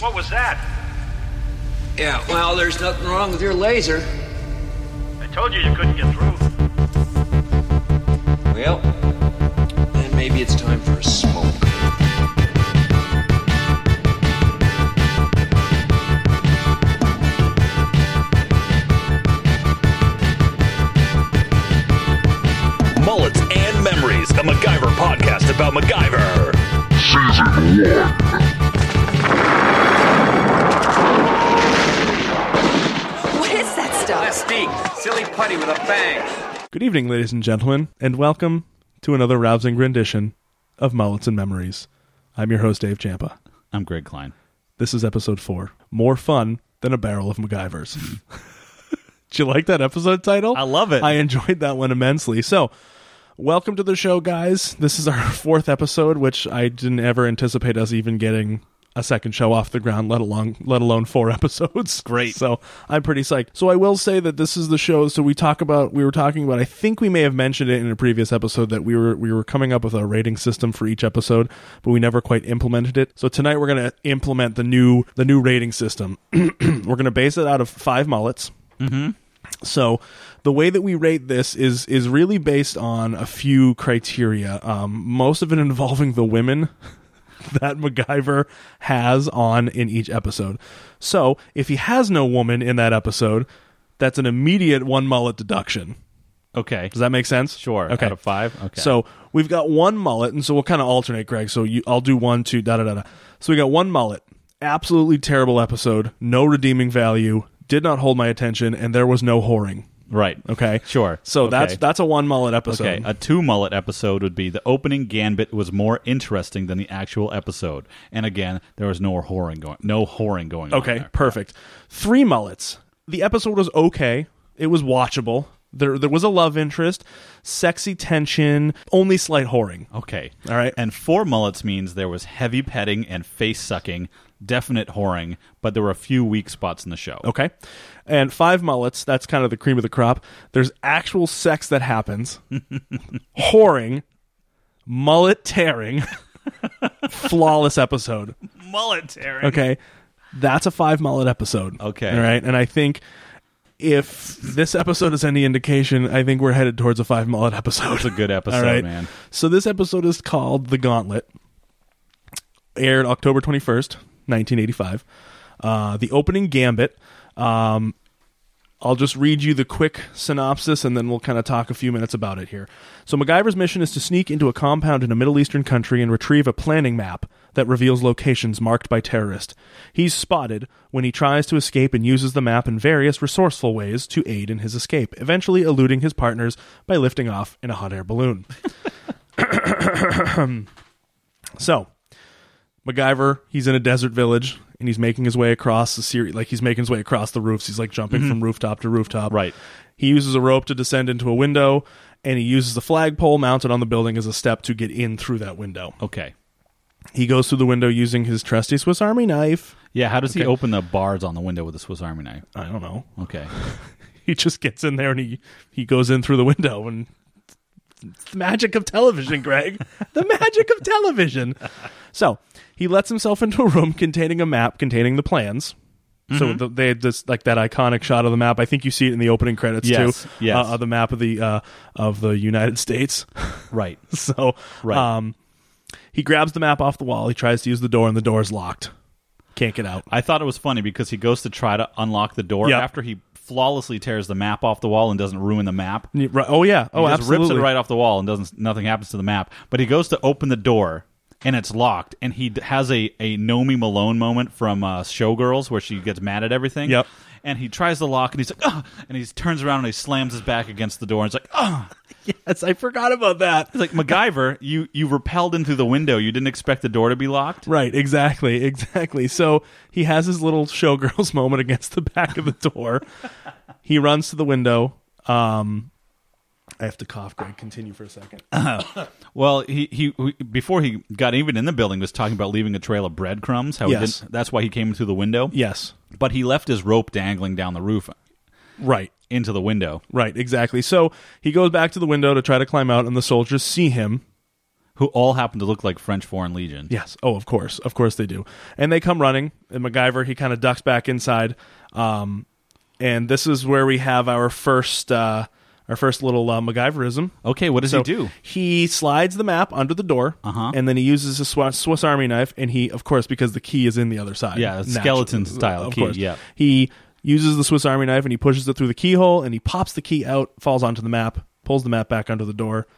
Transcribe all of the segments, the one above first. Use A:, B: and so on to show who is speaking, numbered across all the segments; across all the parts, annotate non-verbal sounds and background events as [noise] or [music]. A: What was that?
B: Yeah, well, there's nothing wrong with your laser.
A: I told you you couldn't get through.
B: Well, then maybe it's time for a smoke.
C: Mullets and Memories, a MacGyver podcast about MacGyver.
D: Season 1.
E: What is that stuff?
F: Silly putty with a bang.
G: Good evening, ladies and gentlemen, and welcome to another rousing rendition of Mullets and Memories. I'm your host, Dave Champa.
H: I'm Greg Klein.
G: This is episode four More Fun Than a Barrel of MacGyvers. [laughs] Did you like that episode title?
H: Mm-hmm. I love it.
G: I enjoyed that one immensely. So, welcome to the show, guys. This is our [laughs] fourth episode, which I didn't ever anticipate us even getting a second show off the ground, let alone let alone four [laughs] episodes.
H: Great.
G: So I'm pretty psyched. So I will say that this is the show. So we talk about we were talking about. I think we may have mentioned it in a previous episode that we were we were coming up with a rating system for each episode, but we never quite implemented it. So tonight we're gonna implement the new the new rating system. [clears throat] we're gonna base it out of five mullets. So the way that we rate this is is really based on a few criteria. Um, most of it involving the women [laughs] that MacGyver has on in each episode. So if he has no woman in that episode, that's an immediate one mullet deduction.
H: Okay.
G: Does that make sense?
H: Sure.
G: Okay.
H: Out of five? Okay.
G: So we've got one mullet, and so we'll kind of alternate, Greg. So you, I'll do one, two, da da da da. So we got one mullet. Absolutely terrible episode. No redeeming value. Did not hold my attention, and there was no whoring.
H: Right.
G: Okay.
H: Sure.
G: So
H: Okay.
G: that's that's a one mullet episode.
H: Okay, a two mullet episode would be the opening gambit was more interesting than the actual episode, and again, there was no whoring going, no whoring going. on
G: Okay,
H: there.
G: perfect. Three mullets. The episode was okay. It was watchable. There there was a love interest, sexy tension, only slight whoring.
H: Okay.
G: All right.
H: And four mullets means there was heavy petting and face sucking, definite whoring, but there were a few weak spots in the show.
G: Okay. And five mullets, that's kind of the cream of the crop. There's actual sex that
H: [laughs]
G: happens. whoring, mullet tearing. [laughs] flawless episode.
H: Mullet tearing.
G: Okay. That's a five mullet episode.
H: Okay.
G: All right. And I think if this episode is any indication, I think we're headed towards a five mullet episode.
H: It's a good
G: [laughs]
H: episode,
G: All right.
H: man.
G: So this episode is called The Gauntlet. Aired October 21st, 1985. Uh, the opening gambit. Um, I'll just read you the quick synopsis and then we'll kind of talk a few minutes about it here. So, MacGyver's mission is to sneak into a compound in a Middle Eastern country and retrieve a planning map that reveals locations marked by terrorists. He's spotted when he tries to escape and uses the map in various resourceful ways to aid in his escape, eventually eluding his partners by lifting off in a hot air balloon. So, MacGyver, he's in a desert village and he's making his way across the series. Like he's making his way across the roofs. He's like jumping from rooftop to rooftop.
H: Right.
G: He uses a rope to descend into a window, and he uses the flagpole mounted on the building as a step to get in through that window.
H: Okay.
G: He goes through the window using his trusty Swiss Army knife.
H: Yeah. How does he open the bars on the window with a Swiss Army knife?
G: I don't know. [laughs]
H: Okay.
G: He just gets in there and he he goes in through the window and it's the magic of television, Greg. the magic of television. So he lets himself into a room containing a map containing the plans. So
H: Mm-hmm.
G: the, they had this like that iconic shot of the map. I think you see it in the opening credits
H: Yes,
G: too.
H: yes.
G: uh, of the map of the uh, of the United States. [laughs]
H: right.
G: so
H: Right.
G: um, he grabs the map off the wall. He tries to use the door, and the door's locked. Can't get out.
H: I thought it was funny because he goes to try to unlock the door
G: Yeah.
H: after he flawlessly tears the map off the wall and doesn't ruin the map. He
G: Right- Oh yeah. Oh,
H: just
G: absolutely.
H: rips it right off the wall and doesn't nothing happens to the map. But he goes to open the door and it's locked and he d- has a a Nomi Malone moment from uh, Showgirls where she gets mad at everything.
G: Yep.
H: And he tries to lock and he's like, oh, and he turns around and he slams his back against the door and it's like, [laughs] oh,
G: Yes, I forgot about that.
H: it's like [laughs] MacGyver, you you repelled in through the window. You didn't expect the door to be locked.
G: Right, exactly, [laughs] exactly. So he has his little showgirls [laughs] moment against the back of the door. he runs to the window. Um, I have to cough, Greg. Continue for a second.
H: Well, he, he he- before he got even in the building was talking about leaving a trail of breadcrumbs. How
G: Yes.
H: he didn't, that's why he came through the window.
G: [laughs] yes,
H: but he left his rope dangling down the roof
G: right,
H: into the window.
G: right, exactly. So he goes back to the window to try to climb out, and the soldiers see him
H: who all happen to look like French Foreign Legion.
G: Yes. Oh, of course. Of course they do. And they come running, and MacGyver, he kind of ducks back inside. Um, and this is where we have our first uh, our first little uh, MacGyverism.
H: Okay, what does
G: So
H: he do?
G: He slides the map under the door,
H: Uh-huh.
G: and then he uses his Swiss, Swiss Army knife, and he, of course, because the key is in the other side.
H: Yeah,
G: naturally,
H: skeleton style
G: of
H: key,
G: course,
H: yeah.
G: He uses the Swiss Army knife and he pushes it through the keyhole, and he pops the key out, falls onto the map, pulls the map back under the door,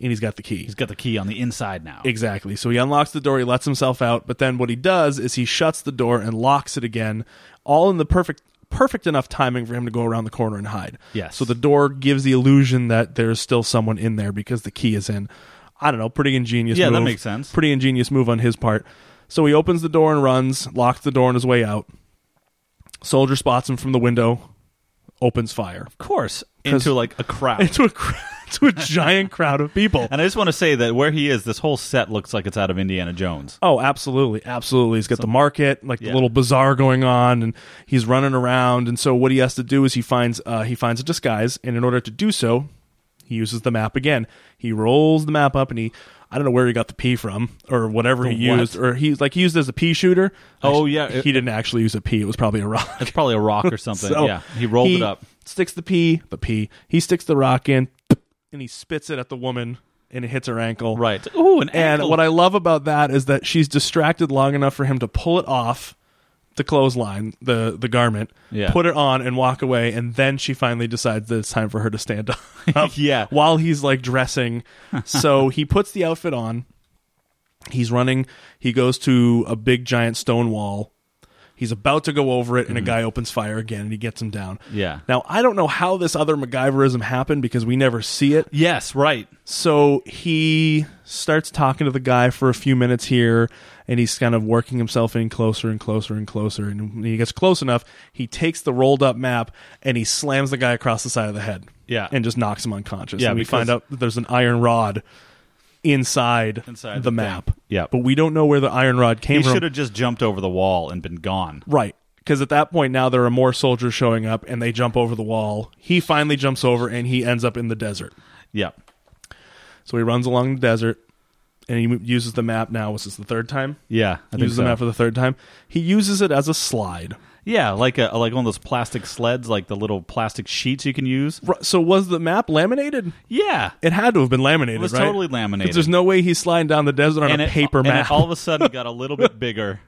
G: and he's got the key.
H: He's got the key on the inside now.
G: Exactly. So he unlocks the door, he lets himself out, but then what he does is he shuts the door and locks it again, all in the perfect perfect enough timing for him to go around the corner and hide.
H: Yes.
G: So the door gives the illusion that there's still someone in there because the key is in. I don't know, pretty ingenious
H: Yeah, that
G: move.
H: makes sense.
G: Pretty ingenious move on his part. So he opens the door and runs, locks the door on his way out. Soldier spots him from the window, opens fire. [laughs]
H: of course, into like a crowd.
G: Into a cr- [laughs] into a giant crowd of people.
H: and I just want to say that where he is, this whole set looks like it's out of Indiana Jones.
G: Oh, absolutely, absolutely. He's got the market, like
H: Yeah.
G: the little bazaar going on, and he's running around. And so, what he has to do is he finds uh, he finds a disguise, and in order to do so, he uses the map again. He rolls the map up, and he I don't know where he got the P from or whatever he
H: what?
G: used, or he's like he used it as a pea shooter.
H: Oh, yeah.
G: he didn't actually use a P. It was probably a rock.
H: It's probably a
G: [laughs]
H: rock [laughs] or something. yeah, he rolled it up.
G: Sticks the P, the P. He sticks the rock in, and he spits it at the woman, and it hits her ankle.
H: Right. Ooh, an
G: And
H: ankle.
G: what I love about that is that she's distracted long enough for him to pull it off the clothesline, the the garment,
H: Yeah.
G: put it on, and walk away. And then she finally decides that it's time for her to stand [laughs] up.
H: [laughs] Yeah.
G: While he's like
H: [laughs]
G: dressing, so he puts the outfit on. He's running. He goes to a big giant stone wall. He's about to go over it, and a guy opens fire again, and he gets him down.
H: Mm-hmm. Yeah.
G: Now I don't know how this other MacGyverism happened because we never see it.
H: Yes, right.
G: So he starts talking to the guy for a few minutes here, and he's kind of working himself in closer and closer and closer. And when he gets close enough, he takes the rolled up map and he slams the guy across the side of the head.
H: Yeah.
G: And just knocks him unconscious.
H: Yeah,
G: And we
H: because-
G: find out that there's an iron rod inside,
H: Inside
G: the,
H: the thing.
G: map.
H: Yeah.
G: But we don't know where the iron rod came
H: He
G: from.
H: should have just jumped over the wall and been gone.
G: Right. Because at that point now there are more soldiers showing up and they jump over the wall. He finally jumps over and he ends up in the desert.
H: Yeah.
G: So he runs along the desert and he uses the map now. Was this the third time?
H: Yeah. I think
G: uses
H: so.
G: the map for the third time. He uses it as a slide.
H: Yeah, like a like one of those plastic sleds, like the little plastic sheets you can use.
G: R- So was the map laminated?
H: Yeah.
G: It had to have been laminated,
H: It was
G: right?
H: totally laminated.
G: There's no way he's sliding down the desert on a
H: it,
G: paper
H: and
G: map.
H: it all of a sudden got a little bit bigger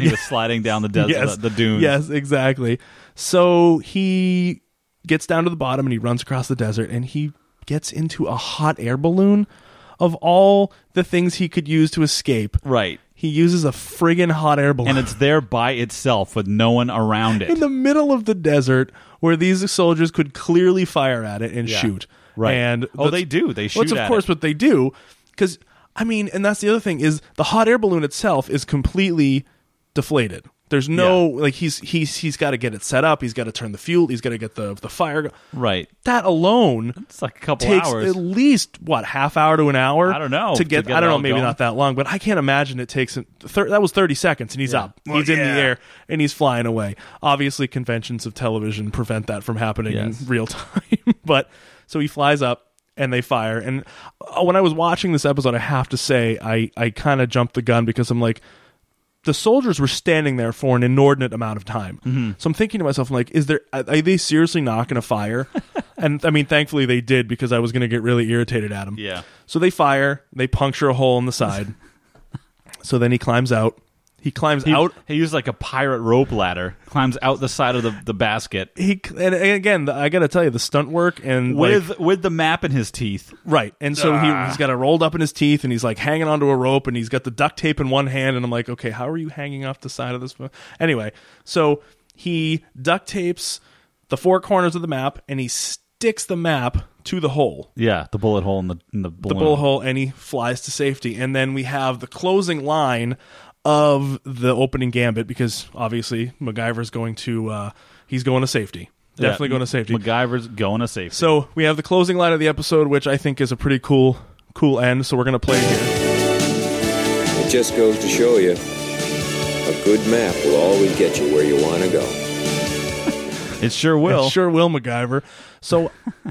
G: [laughs]
H: he was sliding down the desert,
G: yes,
H: the, the dunes.
G: Yes, exactly. So he gets down to the bottom and he runs across the desert and he gets into a hot air balloon. Of all the things he could use to escape,
H: Right.
G: he uses a friggin' hot air balloon.
H: And it's there by itself with no one around it.
G: in the middle of the desert where these soldiers could clearly fire at it and
H: Yeah.
G: shoot.
H: Right.
G: And
H: Oh, they do. They
G: That's
H: shoot
G: of
H: at
G: course
H: it.
G: what they do, because I mean, and that's the other thing is the hot air balloon itself is completely deflated. There's no like he's he's he's got to get it set up. He's got to turn the fuel. He's got to get the the fire. go-
H: right.
G: That alone
H: It's like a couple
G: takes
H: hours.
G: at least what half hour to an hour.
H: I don't know,
G: to get.
H: to get
G: I don't
H: it
G: know,
H: all
G: maybe
H: going.
G: not that long, but I can't imagine it takes. Thir- that was thirty seconds, and he's
H: Yeah.
G: up. He's in the air and he's flying away. Obviously, conventions of television prevent that from happening
H: Yes.
G: in real [laughs] time. but so he flies up. And they fire. And uh, when I was watching this episode, I have to say I, I kind of jumped the gun because I'm like, the soldiers were standing there for an inordinate amount of time.
H: Mm-hmm.
G: So I'm thinking to myself, I'm like, is there are are they seriously not going to
H: [laughs]
G: fire? and I mean, thankfully they did because I was going to get really irritated at them.
H: Yeah.
G: So they fire. They puncture a hole in the
H: [laughs]
G: side. so then he climbs out. He climbs
H: He,
G: out.
H: he used like a pirate rope ladder, climbs out the side of the, the basket
G: He and, and again, the- I got to tell you, the stunt work and like-
H: with with the map in his teeth.
G: Right. And so he, he's got it rolled up in his teeth and he's like hanging onto a rope and he's got the duct tape in one hand. And I'm like, okay, how are you hanging off the side of this? mo- Anyway, so he duct tapes the four corners of the map and he sticks the map to the hole,
H: Yeah, the bullet hole in the in the
G: the
H: balloon.
G: bull hole, and he flies to safety. And then we have the closing line of the opening gambit because obviously MacGyver's going to, uh, he's going to safety.
H: Yeah,
G: Definitely going to safety.
H: MacGyver's going to safety.
G: So we have the closing line of the episode, which I think is a pretty cool, cool end. So we're gonna play it here.
I: It just goes to show you a good map will always get you where you want to go.
H: It sure [laughs] will.
G: It sure will, MacGyver.
H: [laughs]
G: So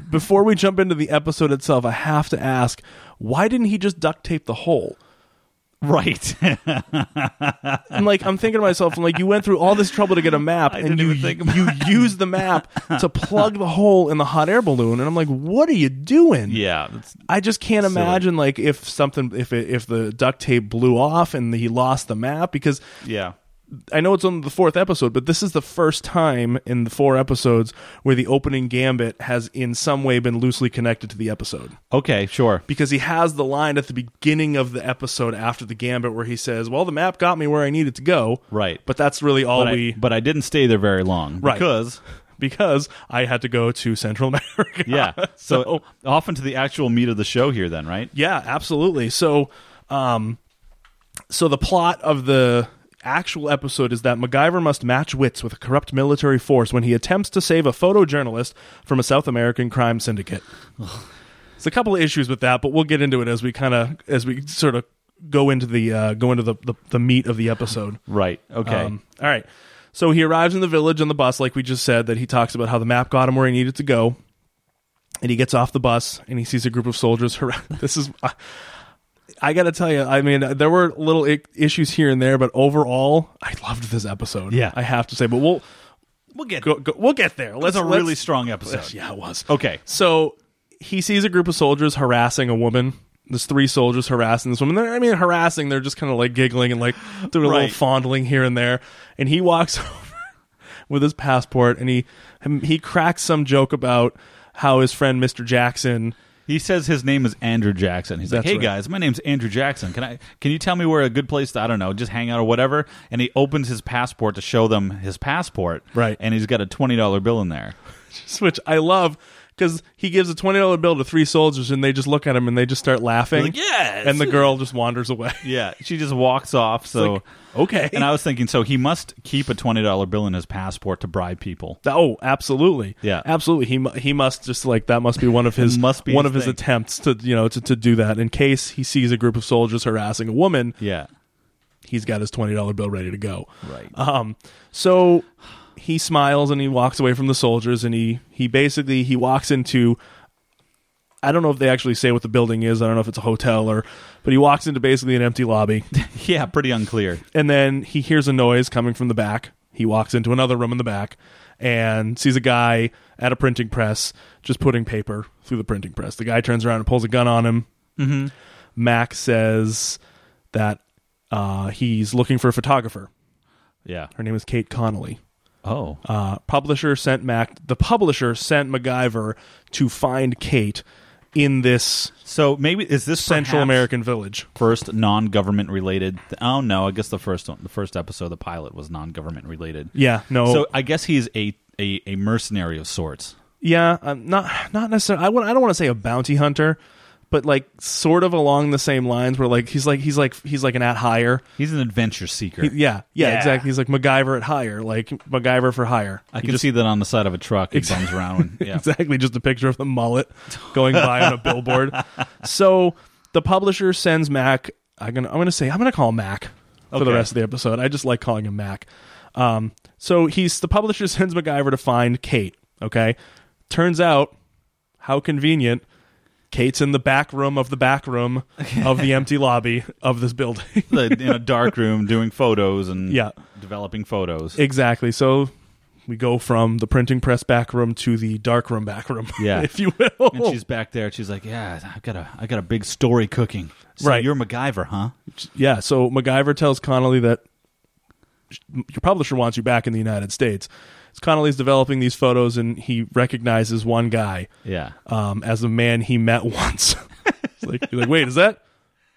G: before we jump into the episode itself, I have to ask, why didn't he just duct tape the hole? [laughs]
H: Right.
G: I'm like, I'm thinking to myself, I'm like, you went through all this trouble to get a
H: [laughs]
G: map, and
H: didn't
G: you
H: even think about
G: you use the
H: [laughs]
G: map to plug the hole in the hot air balloon, and I'm like, what are you doing?
H: yeah. that's-
G: I just can't imagine like if something if it, if the duct tape blew off and he lost the map because
H: yeah.
G: I know it's only the fourth episode, but this is the first time in the four episodes where the opening gambit has in some way been loosely connected to the episode.
H: Okay, sure.
G: Because he has the line at the beginning of the episode after the gambit where he says, Well, the map got me where I needed to go.
H: Right.
G: But that's really all
H: But
G: we
H: I, but I didn't stay there very long
G: Right.
H: because
G: because I had to go to Central [laughs] America.
H: [laughs] yeah. So,
G: So-
H: off into the actual meat of the show here then, right?
G: Yeah, absolutely. So, um, so the plot of the actual episode is that MacGyver must match wits with a corrupt military force when he attempts to save a photojournalist from a South American crime syndicate. It's a couple of issues with that, but we'll get into it as we kind of as we sort of go into the uh, go into the, the the meat of the episode.
H: Right. Okay.
G: Um, all right. So he arrives in the village on the bus, like we just said, that he talks about how the map got him where he needed to go. And he gets off the bus and he sees a group of soldiers. [laughs] har- this is, I, I got to tell you, I mean, there were little I- issues here and there, but overall, I loved this episode.
H: Yeah.
G: I have to say. But we'll
H: we'll get
G: go, go we'll get there. Let's
H: That's a
G: let's-
H: really [laughs] strong
G: [laughs]
H: episode.
G: Yeah, it was.
H: Okay.
G: So he sees a group of soldiers harassing a woman. There's three soldiers harassing this woman. They're, I mean, harassing. They're just kind of like giggling and like doing a
H: Right.
G: little fondling here and there. And he walks [laughs] over with his passport and he he cracks some joke about how his friend Mr. Jackson. [laughs]
H: He says his name is Andrew Jackson. He's like,
G: That's
H: "Hey
G: right.
H: guys, my name's Andrew Jackson. Can I can you tell me where a good place to I don't know, just hang out or whatever?" And he opens his passport to show them his passport.
G: Right.
H: And he's got a twenty dollar bill in there.
G: which I love because he gives a twenty dollar bill to three soldiers and they just look at him and they just start laughing.
H: Like, yes!
G: and the girl just wanders
H: [laughs]
G: away.
H: Yeah. She just walks off. So
G: like, okay.
H: And I was thinking, so he must keep a twenty dollar bill in his passport to bribe people.
G: Oh, absolutely.
H: Yeah.
G: absolutely. He mu- he must just like that must be one of his
H: must be
G: one
H: his
G: of his
H: thing.
G: attempts to you know to, to do that in case he sees a group of soldiers harassing a woman.
H: Yeah.
G: He's got his twenty dollar bill ready to go.
H: Right.
G: Um. So he smiles and he walks away from the soldiers and he he basically he walks into. I don't know if they actually say what the building is. I don't know if it's a hotel or, but he walks into basically an empty lobby
H: Yeah, pretty unclear.
G: and then he hears a noise coming from the back. He walks into another room in the back and sees a guy at a printing press just putting paper through the printing press. The guy turns around and pulls a gun on him. Mm-hmm. Mac says that uh, he's looking for a photographer.
H: Yeah.
G: Her name is Kate Connolly.
H: Oh.
G: Uh, publisher sent Mac. The publisher sent MacGyver to find Kate in this
H: So maybe is this
G: Central
H: perhaps
G: American village.
H: first non-government related? oh no, I guess the first one, the first episode, the pilot was non-government related.
G: Yeah, no.
H: So I guess he's a a, a mercenary of sorts.
G: Yeah, um, not not necessarily. I want. I don't want to say a bounty hunter, but like sort of along the same lines. Where like he's like he's like he's like an at hire.
H: He's an adventure seeker.
G: Yeah, yeah,
H: Yeah.
G: exactly. He's like MacGyver at hire, like MacGyver for hire.
H: I can see that on the side of a truck. He bums around.
G: [laughs]
H: and- yeah.
G: Exactly, just a picture of the mullet going by on a billboard.
H: [laughs]
G: So the publisher sends Mac. I'm gonna I'm gonna say I'm gonna call him Mac for the
H: Okay.
G: rest of the episode. I just like calling him Mac. Um, so he's the publisher [laughs] sends MacGyver to find Kate. Okay, turns out how convenient. Kate's in the back room of the back room
H: [laughs]
G: of the empty lobby of this building. [laughs]
H: The- in a dark room doing photos and
G: Yeah.
H: developing photos.
G: Exactly. So we go from the printing press back room to the dark room back room, [laughs]
H: Yeah.
G: if you will.
H: and she's back there. and She's like, "Yeah, I've got a I got a big story cooking." So
G: Right.
H: You're MacGyver, huh?
G: yeah, so MacGyver tells Connolly that your publisher wants you back in the United States. So Connolly's developing these photos, and he recognizes one guy
H: Yeah.
G: um, as a man he met [laughs] once. It's like, you're like, wait, is that?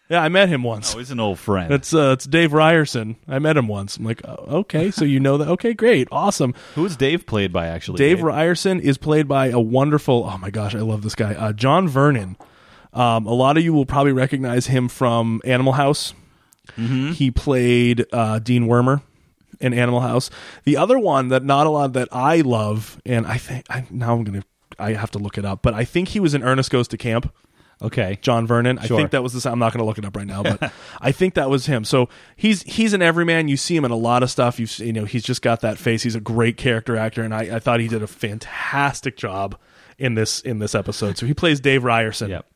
G: Yeah, I met him once.
H: Oh, he's an old friend.
G: It's uh, it's Dave Ryerson. I met him once. I'm like, oh, okay, so you know that? Okay, great, awesome.
H: Who's Dave played by actually?
G: Dave Ryerson is played by a wonderful. Oh my gosh, I love this guy, uh, John Vernon. Um, a lot of you will probably recognize him from Animal House. He played uh, Dean Wormer in Animal House. The other one that not a lot that I love, and I think I, now I'm gonna I have to look it up, but I think he was in Ernest Goes to Camp.
H: Okay.
G: John Vernon.
H: Sure.
G: I think that was the. sound- I'm not going to look it up right now,
H: [laughs]
G: but I think that was him. So he's he's an everyman. You see him in a lot of stuff. You've s- you know he's just got that face. He's a great character actor, and I, I thought he did a fantastic job in this in this episode. So he plays Dave Ryerson,
H: Yep.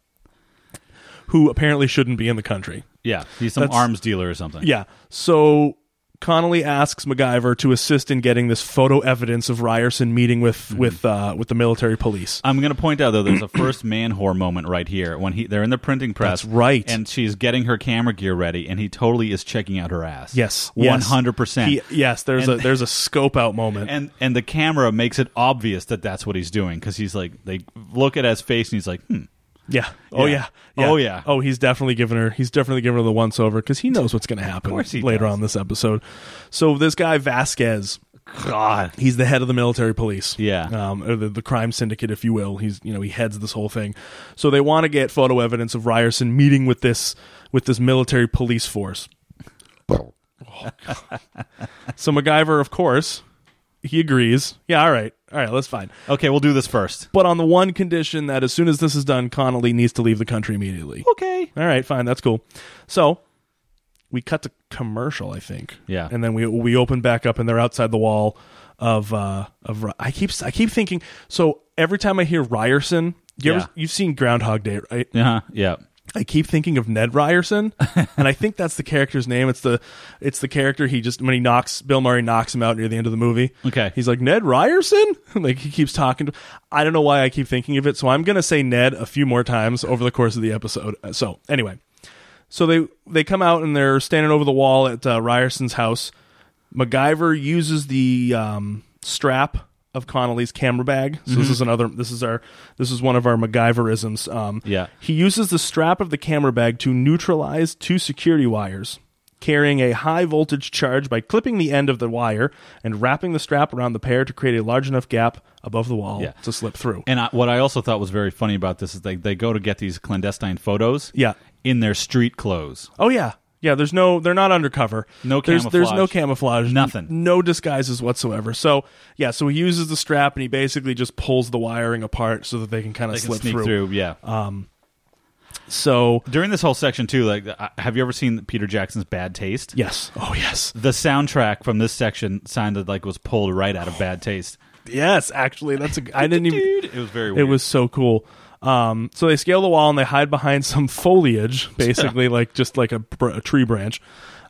G: who apparently shouldn't be in the country.
H: Yeah. He's some
G: That's-
H: arms dealer or something.
G: Yeah. So Connolly asks MacGyver to assist in getting this photo evidence of Ryerson meeting with
H: Mm-hmm.
G: with uh, with the military police.
H: I'm going to point out though, there's a first man whore moment right here when he they're in the printing press,
G: That's right.
H: And she's getting her camera gear ready, and he totally is checking out her ass.
G: Yes,
H: one hundred
G: He-
H: percent.
G: Yes, there's
H: And-
G: a there's a scope out moment.
H: And and the camera makes it obvious that that's what he's doing because he's like they look at his face and he's like, hmm,
G: yeah. Oh
H: Yeah.
G: yeah.
H: Oh, yeah.
G: Oh, he's definitely giving her. He's definitely giving her the once over because he knows what's going to happen
H: course he
G: later
H: does.
G: on this episode. So this guy Vasquez,
H: God,
G: he's the head of the military police.
H: Yeah.
G: Um, or the, the crime syndicate, if you will. He's you know he heads this whole thing. So they want to get photo evidence of Ryerson meeting with this with this military police
H: [laughs]
G: force. So MacGyver, of course, he agrees. Yeah, all right, all right, let's fine.
H: okay, we'll do this first.
G: But on the one condition that as soon as this is done, Connolly needs to leave the country immediately.
H: Okay,
G: All right, fine, that's cool. So we cut to commercial, I think.
H: Yeah.
G: and then we we open back up, and they're outside the wall of uh of. I keep I keep thinking. So every time I hear Ryerson, you
H: Yeah.
G: ever, you've seen Groundhog Day, right?
H: uh-huh. yeah,
G: I keep thinking of Ned Ryerson, and I think that's the character's name. It's the it's the character he just when he knocks Bill Murray knocks him out near the end of the movie.
H: Okay.
G: he's like Ned Ryerson. [laughs] like he keeps talking to. I don't know why I keep thinking of it, so I'm gonna say Ned a few more times over the course of the episode. Uh, So anyway, so they they come out and they're standing over the wall at uh, Ryerson's house. MacGyver uses the um, strap of Connolly's camera bag. So
H: Mm-hmm.
G: this is another. This is our. This is one of our MacGyverisms. Um,
H: Yeah.
G: He uses the strap of the camera bag to neutralize two security wires, carrying a high voltage charge by clipping the end of the wire and wrapping the strap around the pair to create a large enough gap above the wall
H: Yeah.
G: to slip through.
H: And I, what I also thought was very funny about this is they they go to get these clandestine photos.
G: Yeah.
H: in their street clothes.
G: Oh yeah, yeah. There's no, they're not undercover.
H: No
G: there's, There's no
H: camouflage.
G: camouflage.
H: Nothing.
G: N- No disguises whatsoever. So yeah, so he uses the strap and he basically just pulls the wiring apart so that they can kind of
H: They can
G: slip
H: sneak
G: through. Uh.
H: through. Yeah.
G: So
H: During this whole section too, like, I- have you ever seen Peter Jackson's Bad Taste?
G: yes, oh yes,
H: The soundtrack from this section sounded like it was pulled right out of Bad Taste.
G: yes. Actually, that's a. I didn't even.
H: Dude, it was very.
G: It
H: Weird.
G: was so cool. Um, so they scale the wall and they hide behind some
H: [laughs]
G: foliage, basically like just like a, br- a tree branch.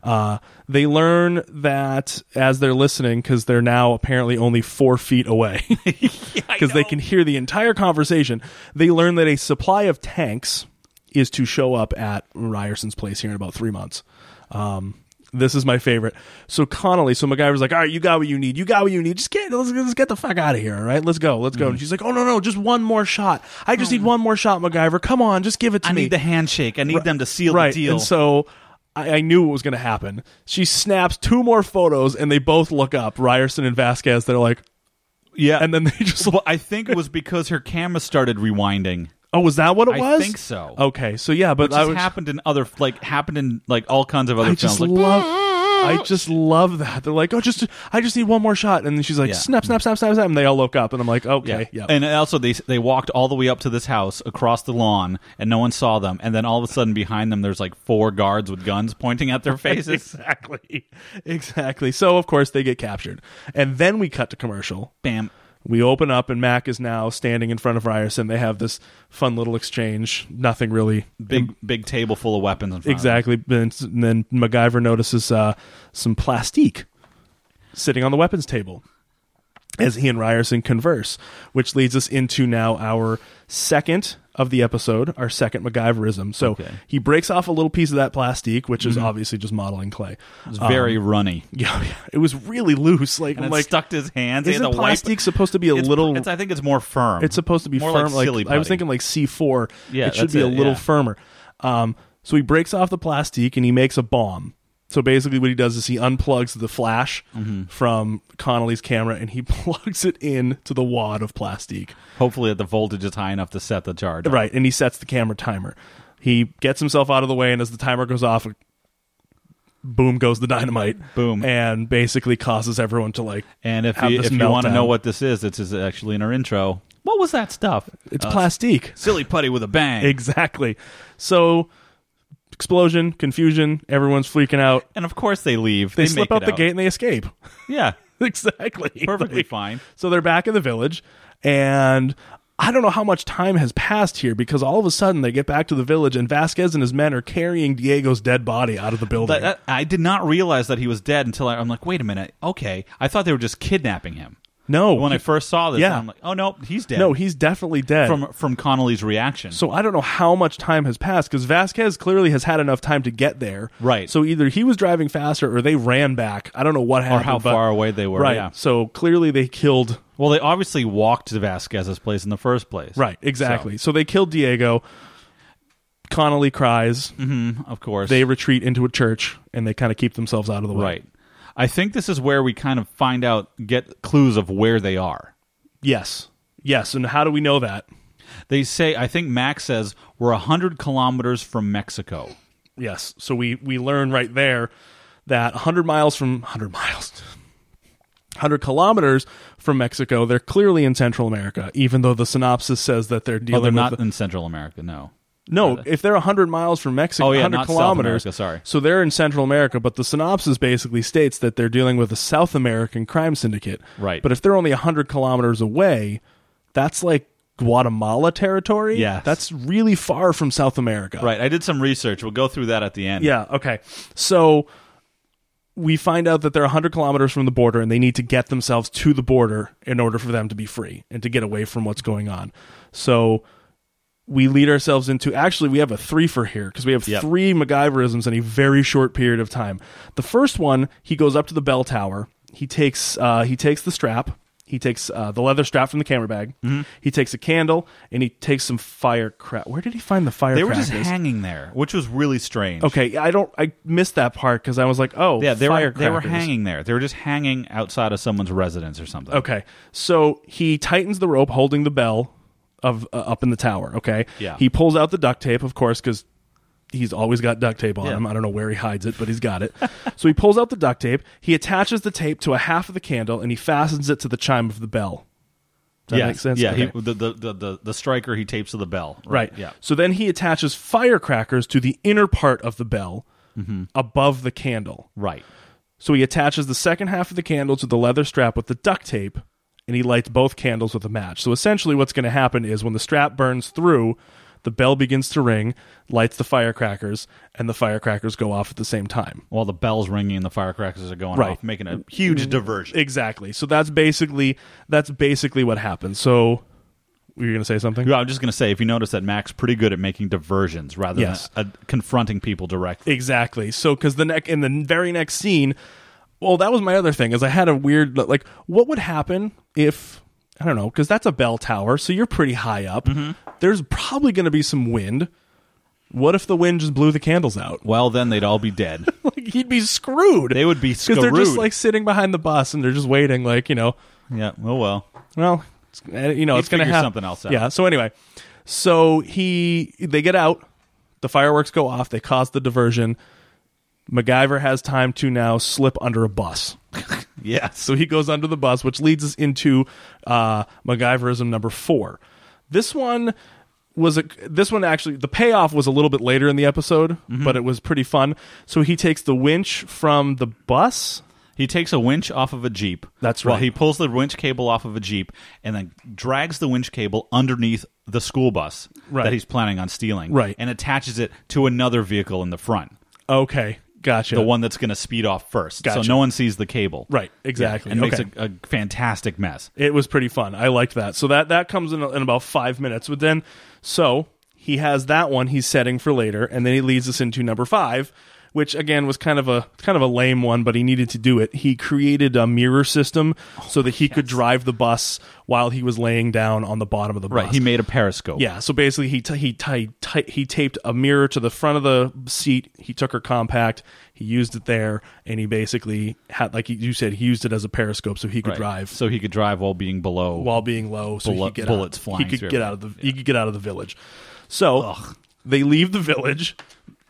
G: Uh, they learn that as they're listening, because they're now apparently only four feet away, [laughs]
H: [laughs]
G: because they can hear the entire conversation. They learn that a supply of tanks is to show up at Ryerson's place here in about three months. Um, this is my favorite. So Connolly, so MacGyver's like, all right, you got what you need. You got what you need. Just get, let's, let's get the fuck out of here. All right, let's go, let's go. And she's like, oh no, no, just one more shot. I just need one more shot, MacGyver. Come on, just give it to
H: Mm. I
G: me.
H: need the handshake. I need them to seal
G: right.
H: the deal.
G: And so I, I knew what was going to happen. She snaps two more photos, and they both look up. Ryerson and Vasquez. They're like,
H: yeah,
G: and then they just.
H: [laughs] well, I think it was because her camera started rewinding.
G: Oh, was that what it
H: I
G: was?
H: think so.
G: Okay, so yeah, but
H: Which
G: I
H: has
G: was,
H: happened in other like happened in like all kinds of other
G: I
H: films.
G: just
H: Like,
G: love. I just love that. They're like, oh, just I just need one more shot, and then she's like,
H: Yeah.
G: snap, snap, snap, snap, snap, and they all look up, and I'm like, okay, yeah.
H: And also they they walked all the way up to this house across the lawn and no one saw them and then all of a sudden behind them there's like four guards with guns pointing at their faces.
G: [laughs] exactly, exactly. So of course they get captured, and then we cut to commercial.
H: Bam.
G: We open up, and Mac is now standing in front of Ryerson. They have this fun little exchange. Nothing really
H: Big big table full of weapons in front of them.
G: exactly. And then MacGyver notices uh, some plastique sitting on the weapons table as he and Ryerson converse, which leads us into now our second of the episode, our second MacGyverism. So he breaks off a little piece of that plastique, which
H: Mm-hmm.
G: is obviously just modeling clay. [laughs]
H: It's very runny.
G: Yeah, it was really loose. Like
H: And
G: Um, I'm
H: it
G: like
H: stuck to his hands. He had
G: Isn't
H: to wipe-
G: plastic supposed to be a
H: it's,
G: little?
H: it's- I think it's more firm.
G: It's supposed to be
H: more
G: firm. Like,
H: Like silly
G: I was
H: putty.
G: thinking like C four.
H: Yeah,
G: it should
H: that's
G: be a
H: it,
G: little
H: yeah.
G: firmer. Um, so he breaks off the plastique and he makes a bomb. So basically, what he does is he unplugs the flash
H: Mm-hmm.
G: from Connolly's camera and he [laughs] plugs it in to the wad of plastique.
H: hopefully that the voltage is high enough to set the charge.
G: Right, and he sets the camera timer. He gets himself out of the way, and as the timer goes off, boom goes the dynamite.
H: Boom.
G: and basically causes everyone to like.
H: And if
G: have
H: you,
G: this
H: if you want to
G: meltdown.
H: know what this is, this is actually in our intro. What was that stuff?
G: It's
H: Uh,
G: plastique.
H: Silly putty with a
G: [laughs]
H: bang.
G: Exactly. So explosion, confusion, everyone's freaking out.
H: and of course they leave.
G: They, slip
H: make
G: out
H: it
G: the gate and they escape. [laughs]
H: Yeah.
G: exactly.
H: Perfectly
G: Like,
H: fine.
G: So they're back in the village, and I don't know how much time has passed here because all of a sudden they get back to the village, and Vasquez and his men are carrying Diego's dead body out of the building.
H: That, that- I did not realize that he was dead until I, I'm like, wait a minute. Okay. I thought they were just kidnapping him.
G: no,
H: When I first saw this,
G: Oh, Yeah.
H: I'm like, oh, no, he's dead.
G: no, he's definitely dead.
H: from from Connolly's reaction.
G: so I don't know how much time has passed because Vasquez clearly has had enough time to get there.
H: Right.
G: So either he was driving faster or they ran back. I don't know what happened.
H: how
G: but-
H: far away they were,
G: Right.
H: yeah.
G: So clearly they killed
H: well, they obviously walked to Vasquez's place in the first place.
G: Right, exactly. So, they killed Diego. Connolly cries.
H: So, of course.
G: They retreat into a church and they kind of keep themselves out of the way.
H: right. I think this is where we kind of find out, get clues of where they are.
G: Yes. Yes. And how do we know that?
H: They say, I think Max says, we're 100 kilometers from Mexico.
G: Yes. So we we learn right there that 100 miles from 100 miles 100 kilometers from Mexico, they're clearly in Central America, even though the synopsis says that they're
H: Oh,
G: dealing
H: they're
G: with
H: not
G: the-
H: in Central America, no.
G: No, if they're 100 miles from Mexico,
H: Oh, yeah,
G: 100
H: not South
G: kilometers.
H: America, sorry.
G: So they're in Central America, but the synopsis basically states that they're dealing with a South American crime syndicate.
H: Right.
G: But if they're only 100 kilometers away, that's like Guatemala territory.
H: Yes.
G: That's really far from South America.
H: Right. I did some research. We'll go through that at the end.
G: Yeah, okay. So we find out that they're 100 kilometers from the border and they need to get themselves to the border in order for them to be free and to get away from what's going on. So we lead ourselves into actually we have a three for here because we have
H: Yep.
G: three MacGyverisms in a very short period of time. The first one, he goes up to the bell tower. He takes uh, he takes the strap. He takes uh, the leather strap from the camera bag.
H: Mm-hmm.
G: He takes a candle and he takes some fire crack. Where did he find the fire?
H: They were just
G: crackers?
H: hanging there, which was really strange.
G: Okay, I don't. I missed that part because I was like, oh,
H: Yeah, they were, they were
G: firecrackers.
H: hanging there. They were just hanging outside of someone's residence or something.
G: Okay, so he tightens the rope holding the bell of uh, up in the tower. Okay,
H: Yeah.
G: He pulls out the duct tape, of course, because he's always got duct tape on
H: Yeah.
G: him. I don't know where he hides it, but he's got it. [laughs] so he pulls out the duct tape. He attaches the tape to a half of the candle and he fastens it to the chime of the bell. Does that
H: yeah,
G: make sense?
H: Yeah,
G: Okay.
H: he, the, the, the, the, the striker he tapes to the bell.
G: Right.
H: Yeah.
G: So then he attaches firecrackers to the inner part of the bell
H: Mm-hmm.
G: above the candle.
H: Right.
G: So he attaches the second half of the candle to the leather strap with the duct tape, and he lights both candles with a match. So essentially, what's going to happen is when the strap burns through, the bell begins to ring, lights the firecrackers, and the firecrackers go off at the same time.
H: While the bell's ringing and the firecrackers are going
G: Right. Mm-hmm.
H: off, making a huge diversion.
G: Exactly. So that's basically that's basically what happens. So were you going to say something?
H: Yeah, I'm just going to say, if you notice that Mac's pretty good at making diversions rather
G: Yes.
H: than uh, confronting people directly.
G: Exactly. So because the neck in the very next scene, well, that was my other thing is I had a weird like, what would happen if I don't know because that's a bell tower, so you're pretty high up.
H: Mm-hmm.
G: There's probably going to be some wind. What if the wind just blew the candles out? [laughs]
H: Well, then they'd all be dead.
G: Like he'd be screwed.
H: They would be
G: because they're just
H: screwed.
G: like sitting behind the bus and they're just waiting, like you know,
H: yeah. Oh well.
G: well, it's, uh, you know,
H: He'd
G: it's going to
H: figure
G: happen.
H: something else out.
G: Yeah. So anyway, so he they get out. The fireworks go off. They cause the diversion. MacGyver has time to now slip under a bus.
H: Yeah.
G: So he goes under the bus, which leads us into uh, MacGyverism number four. This one was a, this one actually the payoff was a little bit later in the episode,
H: Mm-hmm.
G: but it was pretty fun. So he takes the winch from the bus.
H: He takes a winch off of a jeep.
G: That's
H: Well,
G: right.
H: he pulls the winch cable off of a jeep and then drags the winch cable underneath the school bus
G: Right.
H: that he's planning on stealing.
G: Right.
H: And attaches it to another vehicle in the front,
G: Okay, gotcha.
H: the one that's going to speed off first.
G: Gotcha.
H: So no one sees the cable.
G: Right, exactly.
H: And
G: Okay.
H: makes a, a fantastic mess.
G: it was pretty fun. I liked that. So that that comes in, in about five minutes. But then, so he has that one he's setting for later, and then he leads us into number five, which again was kind of a kind of a lame one, but he needed to do it. He created a mirror system so that he could drive the bus while he was laying down on the bottom of the
H: Right.
G: bus.
H: He made a periscope.
G: Yeah, so basically he t- he t- t- he taped a mirror to the front of the seat. He took her compact, he used it there, and he basically had like you said he used it as a periscope so he could
H: Right.
G: drive
H: So he could drive while being below.
G: while being low, so he
H: Bullet-
G: could get
H: bullets
G: out,
H: flying
G: He
H: through
G: could get out of the he could get out of the village. So they leave the village.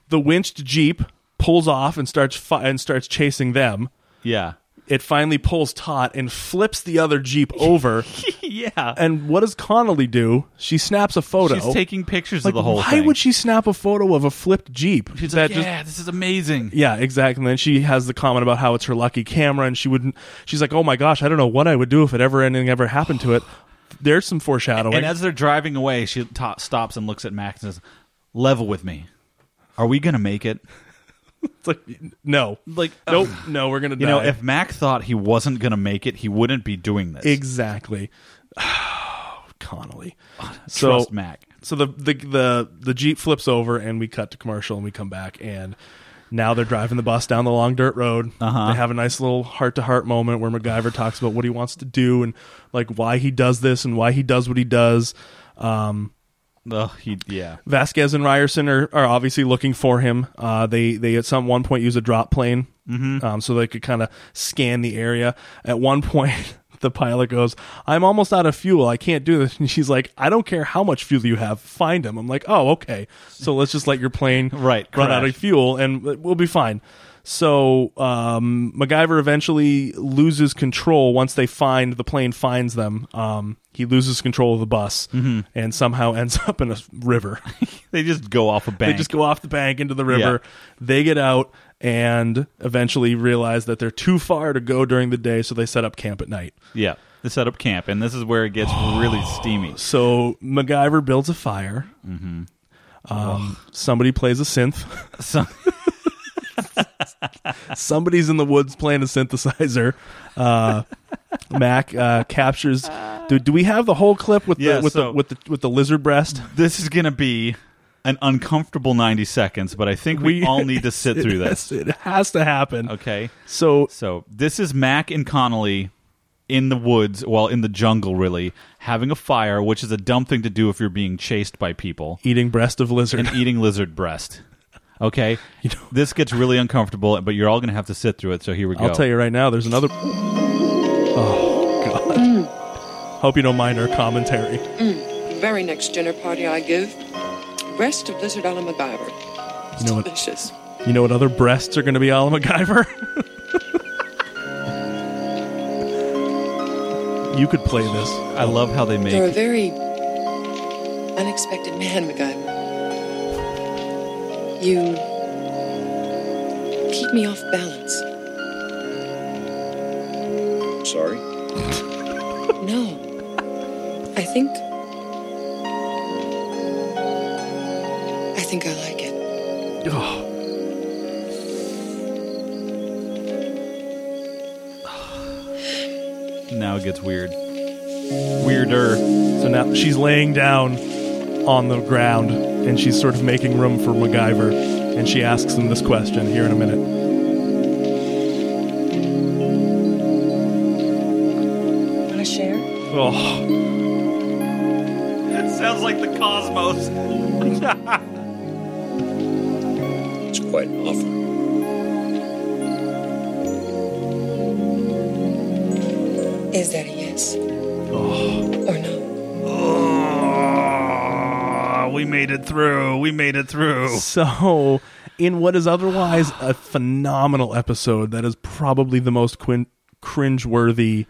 G: The winched jeep pulls off and starts fi- and starts chasing them.
H: yeah.
G: It finally pulls taut and flips the other jeep over
H: [laughs] yeah.
G: And what does Connolly do? She snaps a photo.
H: She's taking pictures
G: like,
H: of the whole
G: why
H: thing.
G: would she snap a photo of a flipped Jeep?
H: She's
G: that
H: like, yeah, this is amazing.
G: Yeah, exactly. And then she has the comment about how it's her lucky camera, and she wouldn't. She's like, "Oh my gosh, I don't know what I would do if it ever anything ever happened to it." There's some foreshadowing.
H: And as they're driving away, she to stops and looks at Max and says, "Level with me. Are we gonna make it?"
G: it's like, no, like, nope, no, we're gonna.
H: You
G: die.
H: know, if Mac thought he wasn't gonna make it, he wouldn't be doing this.
G: exactly, [sighs] Connolly.
H: Ah, Trust Mac.
G: So the, the the the jeep flips over, and we cut to commercial, and we come back, and now they're driving the bus down the long dirt road. Uh-huh. They have a nice little heart to heart moment where MacGyver talks about what he wants to do and like why he does this and why he does what he does. Um,
H: Ugh, he, yeah.
G: Vasquez and Ryerson are, are obviously looking for him. Uh, they they at some one point use a drop plane,
H: Mm-hmm.
G: um, so they could kind of scan the area. At one point, [laughs] the pilot goes, "I'm almost out of fuel. I can't do this." [laughs] And she's like, "I don't care how much fuel you have. Find him." I'm like, "Oh, okay. So let's just let your plane
H: [laughs] Right,
G: run out of
H: crash.
G: fuel, and we'll be fine." So um, MacGyver eventually loses control once they find the plane finds them. Um, he loses control of the bus
H: Mm-hmm.
G: and somehow [laughs] ends up in a river.
H: [laughs] They just go off a bank.
G: They just go off the bank into the river.
H: Yeah.
G: They get out and eventually realize that they're too far to go during the day, so they set up camp at night.
H: yeah. They set up camp, and this is where it [gasps] gets really steamy.
G: So MacGyver builds a fire. Mm-hmm. Um, somebody plays a
H: [laughs]
G: synth.
H: So,
G: Somebody's in the woods playing a synthesizer. Uh, Mac uh, captures. Do, do we have the whole clip with
H: Yeah,
G: the with
H: so-
G: the with the with the lizard breast?
H: this is going to be an uncomfortable 90 seconds, but I think we, all need to [laughs] sit
G: [laughs]
H: through this.
G: It has to happen.
H: Okay.
G: So
H: So this is Mac and Connolly in the woods, well, in the jungle, really, having a fire, which is a dumb thing to do if you're being chased by people,
G: eating breast of lizard. [laughs]
H: and eating lizard breast. Okay?
G: know-
H: this gets really uncomfortable, but you're all going to have to sit through it, so here we go.
G: I'll tell you right now, there's another. Oh, God. Hope you don't mind our commentary.
E: Mm. Very next dinner party I give, breast of lizard a la MacGyver. It's
G: You know what-
E: delicious.
G: You know what other breasts are going to be all MacGyver? [laughs] you could play this.
H: I love how they make
E: You're a very unexpected man, MacGyver. You keep me off balance.
I: Sorry?
E: No. I think. I think I like it.
G: Oh,
H: now it gets weird. Weirder.
G: so now she's laying down on the ground and she's sort of making room for MacGyver. And she asks him this question here in a minute.
E: Want to share?
G: Oh,
H: Sounds like the
C: [laughs]
H: cosmos.
I: It's quite an offer.
E: Is that a yes?
H: Oh.
E: Or no?
H: Oh, we made it through. We made it through.
G: so in what is otherwise a phenomenal episode that is probably the most quin- cringe-worthy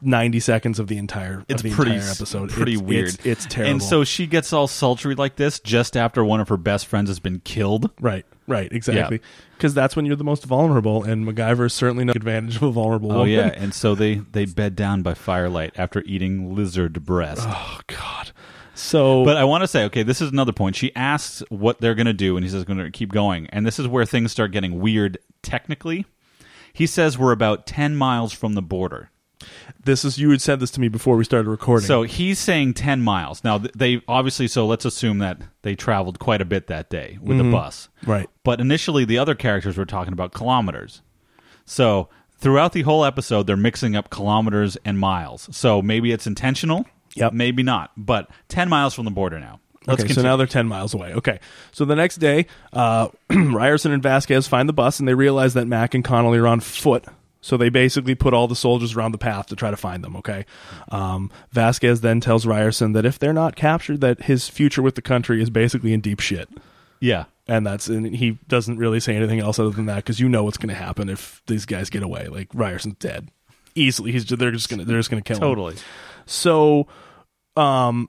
G: 90 seconds of the entire of
H: It's
G: the
H: pretty
G: entire episode
H: Pretty
G: It's-
H: weird.
G: it's, it's terrible
H: And so she gets all sultry like this just after one of her best friends has been killed.
G: right right exactly because that's when you're the most vulnerable and MacGyver is certainly no advantage of a vulnerable
H: Oh
G: woman.
H: yeah, and so they they bed down by firelight after eating lizard breast.
G: [laughs] oh god so
H: But I want to say, okay, this is another point. She asks what they're going to do, and he says, "Going to keep going." And this is where things start getting weird. Technically, he says we're about ten miles from the border.
G: this is you had said this to me before we started recording
H: So he's saying 10 miles. Now, th- they obviously, so let's assume that they traveled quite a bit that day with the bus.
G: Mm-hmm. Right.
H: But initially, the other characters were talking about kilometers. So throughout the whole episode, they're mixing up kilometers and miles. So maybe it's intentional.
G: Yep.
H: Maybe not. But 10 miles from the border now. Let's
G: okay,
H: continue.
G: so now they're 10 miles away. Okay. So the next day, uh, [clears throat] Ryerson and Vasquez find the bus and they realize that Mac and Connolly are on foot. So they basically put all the soldiers around the path to try to find them. Okay. Um, Vasquez then tells Ryerson that if they're not captured, that his future with the country is basically in deep shit.
H: yeah.
G: And that's and he doesn't really say anything else other than that because you know what's going to happen if these guys get away. Like Ryerson's dead easily. He's they're just gonna they're just gonna kill him.
H: Totally.
G: So, um,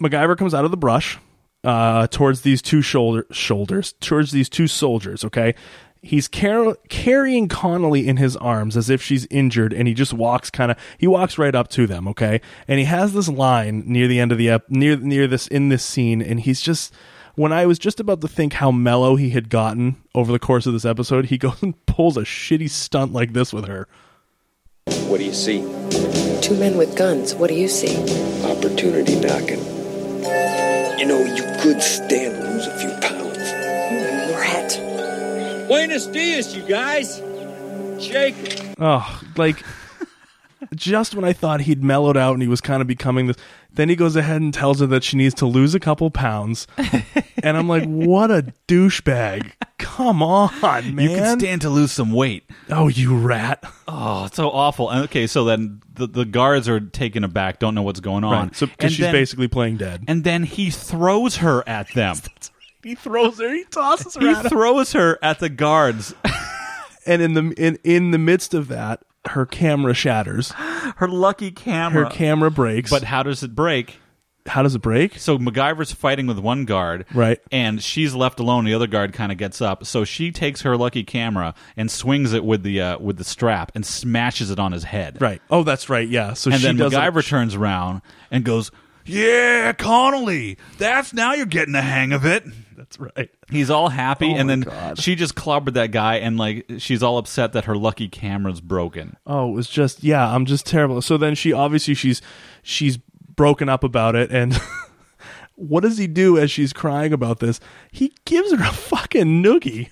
G: MacGyver comes out of the brush uh, towards these two shoulder shoulders towards these two soldiers. Okay, he's car- carrying Connolly in his arms as if she's injured, and he just walks kind of he walks right up to them. Okay, and he has this line near the end of the ep- near near this in this scene, and he's just. When I was just about to think how mellow he had gotten over the course of this episode, he [laughs] goes and pulls a shitty stunt like this with her.
I: What do you see?
E: Two men with guns. What do you see?
I: Opportunity knocking. You know, you could stand to lose a few pounds.
E: Rat.
B: Buenos dias, you guys. Jake.
G: Oh, like just when I thought he'd mellowed out and he was kind of becoming this, then he goes ahead and tells her that she needs to lose a couple pounds. and I'm like, what a douchebag. Come on, man.
H: You can stand to lose some weight.
G: oh, you rat.
H: Oh, it's so awful. And okay, so then the, the guards are taken aback, don't know what's going on.
G: Right. So,
H: And
G: because she's
H: then-
G: basically playing dead.
H: And then he throws her at [laughs] them.
G: He throws her, he tosses
H: he throws her at the guards.
G: and in the in, in the midst of that, her camera shatters.
H: Her lucky
G: Her
H: camera.
G: camera breaks.
H: but how does it break?
G: how does it break?
H: So MacGyver's fighting with one guard,
G: Right.
H: And she's left alone. The other guard kind of gets up, so she takes her lucky camera and swings it with the uh, with the strap and smashes it on his head.
G: Right. Oh, that's right. Yeah. So
H: and
G: she
H: then
G: does
H: MacGyver turns around and goes, "Yeah, Connolly, that's now you're getting the hang of it." Oh
G: That's right.
H: He's all happy, and
G: my
H: then
G: God.
H: she just clobbered that guy, and like she's all upset that her lucky camera's broken.
G: Oh, it was just yeah, I'm just terrible. So then she obviously she's she's broken up about it and [laughs] what does he do as she's crying about this? He gives her a fucking noogie.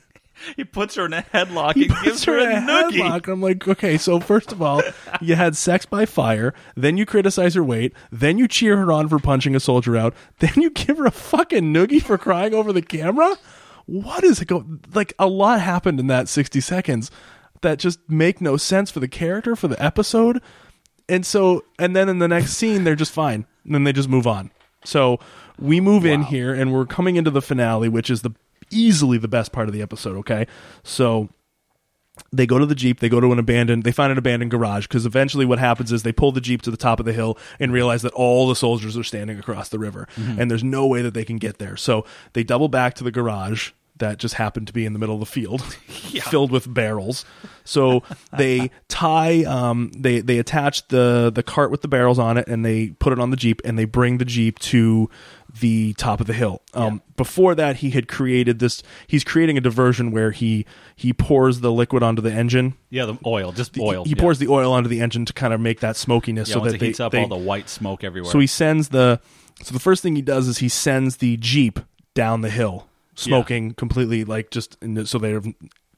H: He puts her in a headlock
G: He
H: and
G: puts
H: gives her a, noogie.
G: headlock. I'm like, okay, so first of all, you had sex by fire, then you criticize her weight, then you cheer her on for punching a soldier out, then you give her a fucking noogie for crying over the camera? What is it going like a lot happened in that 60 seconds that just make no sense for the character, for the episode. And so and then in the next scene they're just fine. And then they just move on. So we move in here and we're coming into the finale, which is the easily the best part of the episode, okay? So they go to the jeep they go to an abandoned they find an abandoned garage because eventually what happens is they pull the jeep to the top of the hill and realize that all the soldiers are standing across the river and there's no way that they can get there so they double back to the garage that just happened to be in the middle of the field [laughs] filled with barrels so they tie um, they they attach the the cart with the barrels on it and they put it on the jeep and they bring the jeep to the top of the hill. Um, Before that, he had created this. He's creating a diversion where he he pours the liquid onto the engine.
H: Yeah, the oil, just
G: The-
H: oil.
G: He
H: yeah.
G: pours the oil onto the engine to kind of make that smokiness,
H: yeah,
G: so
H: once
G: that
H: it
G: they,
H: heats up
G: they-
H: all the white smoke everywhere.
G: so he sends the. So the first thing he does is he sends the jeep down the hill, smoking completely, like just in the, so they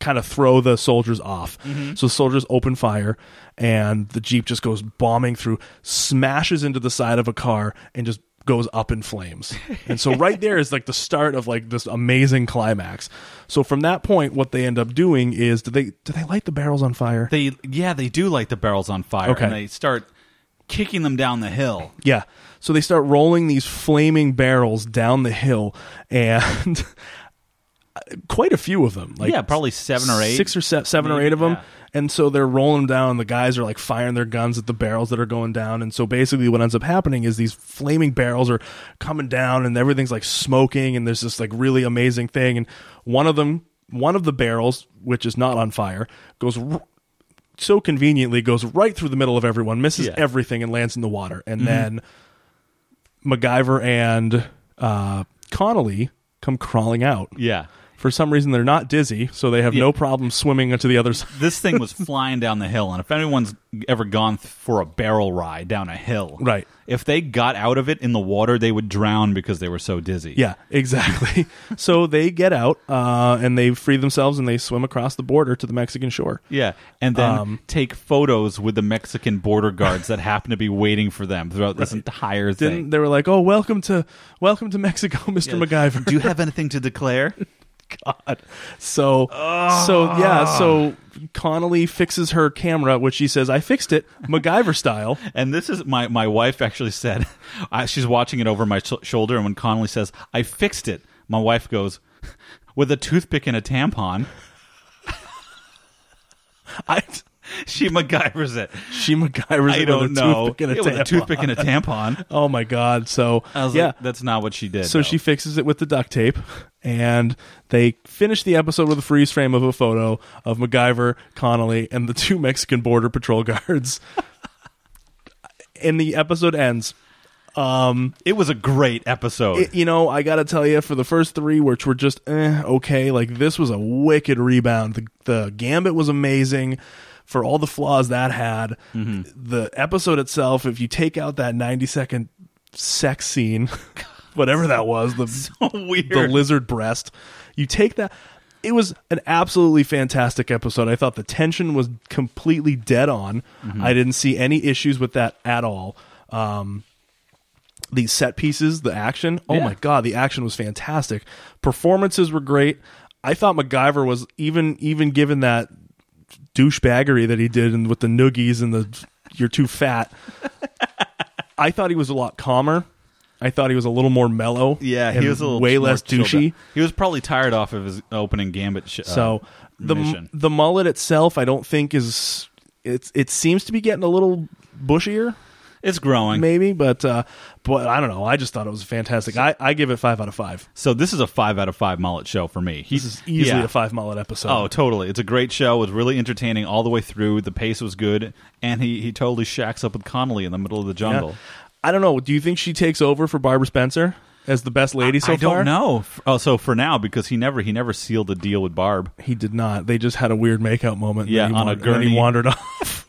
G: kind of throw the soldiers off. So the soldiers open fire, and the jeep just goes bombing through, smashes into the side of a car, and just goes up in flames. And so right there is like the start of like this amazing climax. So from that point what they end up doing is do they do they light the barrels on fire?
H: they yeah they do light the barrels on fire
G: Okay.
H: and they start kicking them down the hill
G: Yeah. So they start rolling these flaming barrels down the hill and [laughs] quite a few of them. Like
H: yeah probably seven or eight
G: Six or se- seven or
H: Maybe,
G: eight of them.
H: yeah.
G: And so they're rolling them down. The guys are like firing their guns at the barrels that are going down. And so basically, what ends up happening is these flaming barrels are coming down and everything's like smoking. And there's this like really amazing thing. And one of them, one of the barrels, which is not on fire, goes. r- so conveniently goes right through the middle of everyone, misses
H: Yeah. Mm-hmm.
G: everything, and lands in the water. And then MacGyver and uh, Connolly come crawling out.
H: yeah
G: For some reason, they're not dizzy, so they have no problem swimming to the other side.
H: this thing was flying down the hill and if anyone's ever gone th- for a barrel ride down a hill
G: Right.
H: if they got out of it in the water they would drown because they were so dizzy
G: [laughs] Yeah, exactly. [laughs] so they get out uh, and they free themselves and they swim across the border to the Mexican shore.
H: yeah and then
G: Um,
H: take photos with the mexican border guards that happen to be waiting for them throughout this entire thing
G: Didn't they were like, "Oh, welcome to welcome to Mexico, [laughs] Mister MacGyver."
H: do you have anything to declare
G: God. So so yeah. So Connolly fixes her camera, which she says, "I fixed it, MacGyver style."
H: And this is my my wife actually said [laughs] I, she's watching it over my sh- shoulder, and when Connolly says, "I fixed it," my wife goes [laughs] with a toothpick and a tampon.
G: I
H: she MacGyver's it.
G: She MacGyver's
H: I
G: it
H: don't
G: with a
H: know.
G: toothpick and a
H: It was a
G: tampon.
H: toothpick
G: [laughs]
H: and a tampon.
G: Oh my god! So
H: I was
G: yeah,
H: like, that's not what she did.
G: So
H: though.
G: she fixes it with the duct tape, and they finish the episode with a freeze frame of a photo of MacGyver, Connolly, and the two Mexican border patrol [laughs] guards. and the episode ends.
H: it was a great episode.
G: It- you know, I gotta tell you, for the first three, which were just eh, okay, like this was a wicked rebound. The, the gambit was amazing. For all the flaws that had, the episode itself, if you take out that 90 second sex scene, [laughs] whatever that was, the
H: Weird.
G: the lizard breast. You take that. It was an absolutely fantastic episode. I thought the tension was completely dead on. I didn't see any issues with that at all. Um, the set pieces, the action. Oh
H: Yeah.
G: my god, the action was fantastic. Performances were great. I thought MacGyver was even even given that douchebaggery that he did and with the noogies and the you're too fat. [laughs] I thought he was a lot calmer. I thought he was a little more mellow.
H: yeah,
G: and
H: he was a uh, little
G: way
H: more
G: less
H: chilled
G: douchey.
H: out. He was probably tired off of his opening gambit. Sh- uh,
G: So the
H: mission.
G: the mullet itself, I don't think is it's it seems to be getting a little bushier
H: it's growing.
G: maybe, but uh, but I don't know. I just thought it was fantastic. I, I give it five out of five.
H: So this is a five out of five mullet show for me. He's
G: This is easily
H: yeah.
G: a five mullet episode.
H: Oh, totally. It's a great show. It was really entertaining all the way through. The pace was good, and he, he totally shacks up with Connolly in the middle of the
G: Yeah.
H: jungle.
G: I don't know. Do you think she takes over for Barbara Spencer as the best lady so
H: I don't
G: far?
H: know. F- Oh, so for now, because he never he never sealed a deal with Barb.
G: He did not. They just had a weird makeout moment. and
H: Yeah,
G: then he
H: on a
G: wandered, and then
H: gurney.
G: he wandered [laughs] off.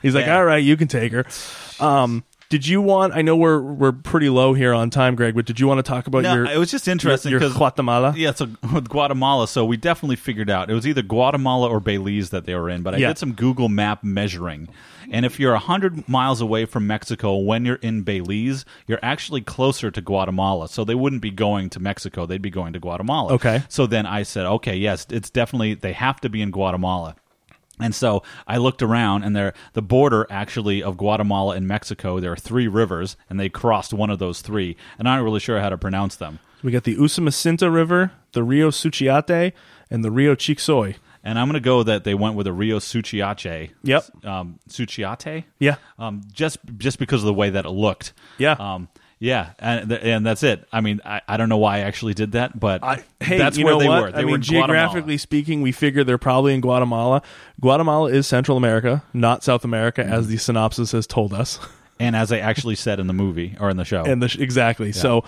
G: He's like,
H: Yeah.
G: "All right, you can take her." Um, did you want? I know we're we're pretty low here on time, Greg, but did you want to talk about
H: No,
G: your?
H: it was just interesting
G: your- your
H: because
G: Guatemala?
H: Yeah, so [laughs] with Guatemala, so we definitely figured out it was either Guatemala or Belize that they were in. But I
G: Yeah.
H: did some Google Map measuring, and if you're hundred miles away from Mexico when you're in Belize, you're actually closer to Guatemala. So they wouldn't be going to Mexico; they'd be going to Guatemala.
G: Okay.
H: So then I said, okay, yes, it's definitely they have to be in Guatemala. And so I looked around, and there the border actually of Guatemala and Mexico. There are three rivers, and they crossed one of those three. And I'm not really sure how to pronounce them.
G: We got the Usumacinta River, the Rio Suchiate, and the Rio Chicxoy.
H: And I'm going to go that they went with a Rio Suchiate.
G: Yep.
H: Um, Suchiate.
G: Yeah.
H: Um, just just because of the way that it looked.
G: Yeah.
H: Um, yeah, and th- and that's it. I mean, I, I don't know why I actually did that, but
G: I, hey,
H: that's
G: you
H: where
G: know
H: they
G: what?
H: were. They
G: I
H: were
G: mean,
H: in
G: geographically
H: Guatemala.
G: speaking, we figure they're probably in Guatemala. Guatemala is Central America, not South America,
H: Mm-hmm.
G: as the synopsis has told us. [laughs]
H: and as they actually said in the movie or in the show.
G: and the sh- exactly so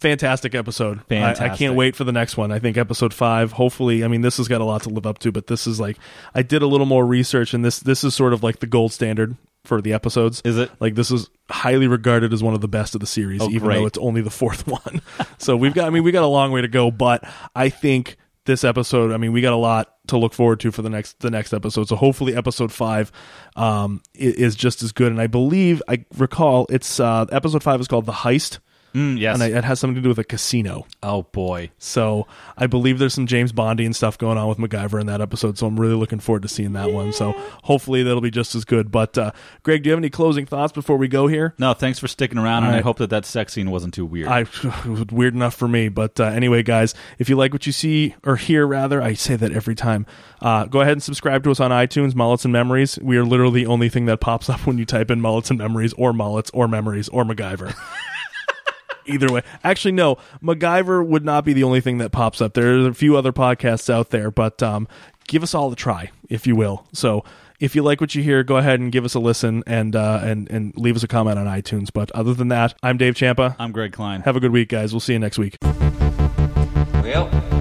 G: fantastic episode I- I,
H: Fantastic.
G: can't wait for the next one i think episode five hopefully i mean this has got a lot to live up to but this is like i did a little more research and this this is sort of like the gold standard for the episodes
H: Is it?
G: like this is highly regarded as one of the best of the series
H: Oh,
G: even
H: great.
G: though it's only the fourth [laughs] one so we've got i mean we got a long way to go but i think this episode i mean we got a lot to look forward to for the next the next episode so hopefully episode five um i- is just as good and i believe i recall it's uh episode five is called the heist
H: Mm, yes.
G: and I, it has something to do with a casino.
H: oh boy.
G: So I believe there's some James Bondy and stuff going on with MacGyver in that episode. So I'm really looking forward to seeing that one. So hopefully that'll be just as good. But uh, Greg, do you have any closing thoughts before we go here?
H: No, thanks for sticking around, and I
G: right.
H: hope that that sex scene wasn't too weird.
G: I [laughs] it was weird enough for me, but uh, anyway, guys, if you like what you see or hear, rather, I say that every time. Uh, go ahead and subscribe to us on iTunes, Mullets and Memories. We are literally the only thing that pops up when you type in Mullets and Memories, or Mullets, or Memories, or MacGyver. Either way, actually, no, MacGyver would not be the only thing that pops up. There are a few other podcasts out there, but um, give us all a try, if you will. So. If you like what you hear, go ahead and give us a listen and uh, and and leave us a comment on iTunes. But other than that, I'm Dave Champa.
H: I'm Greg Klein.
G: Have a good week, guys. We'll see you next week.
B: Well,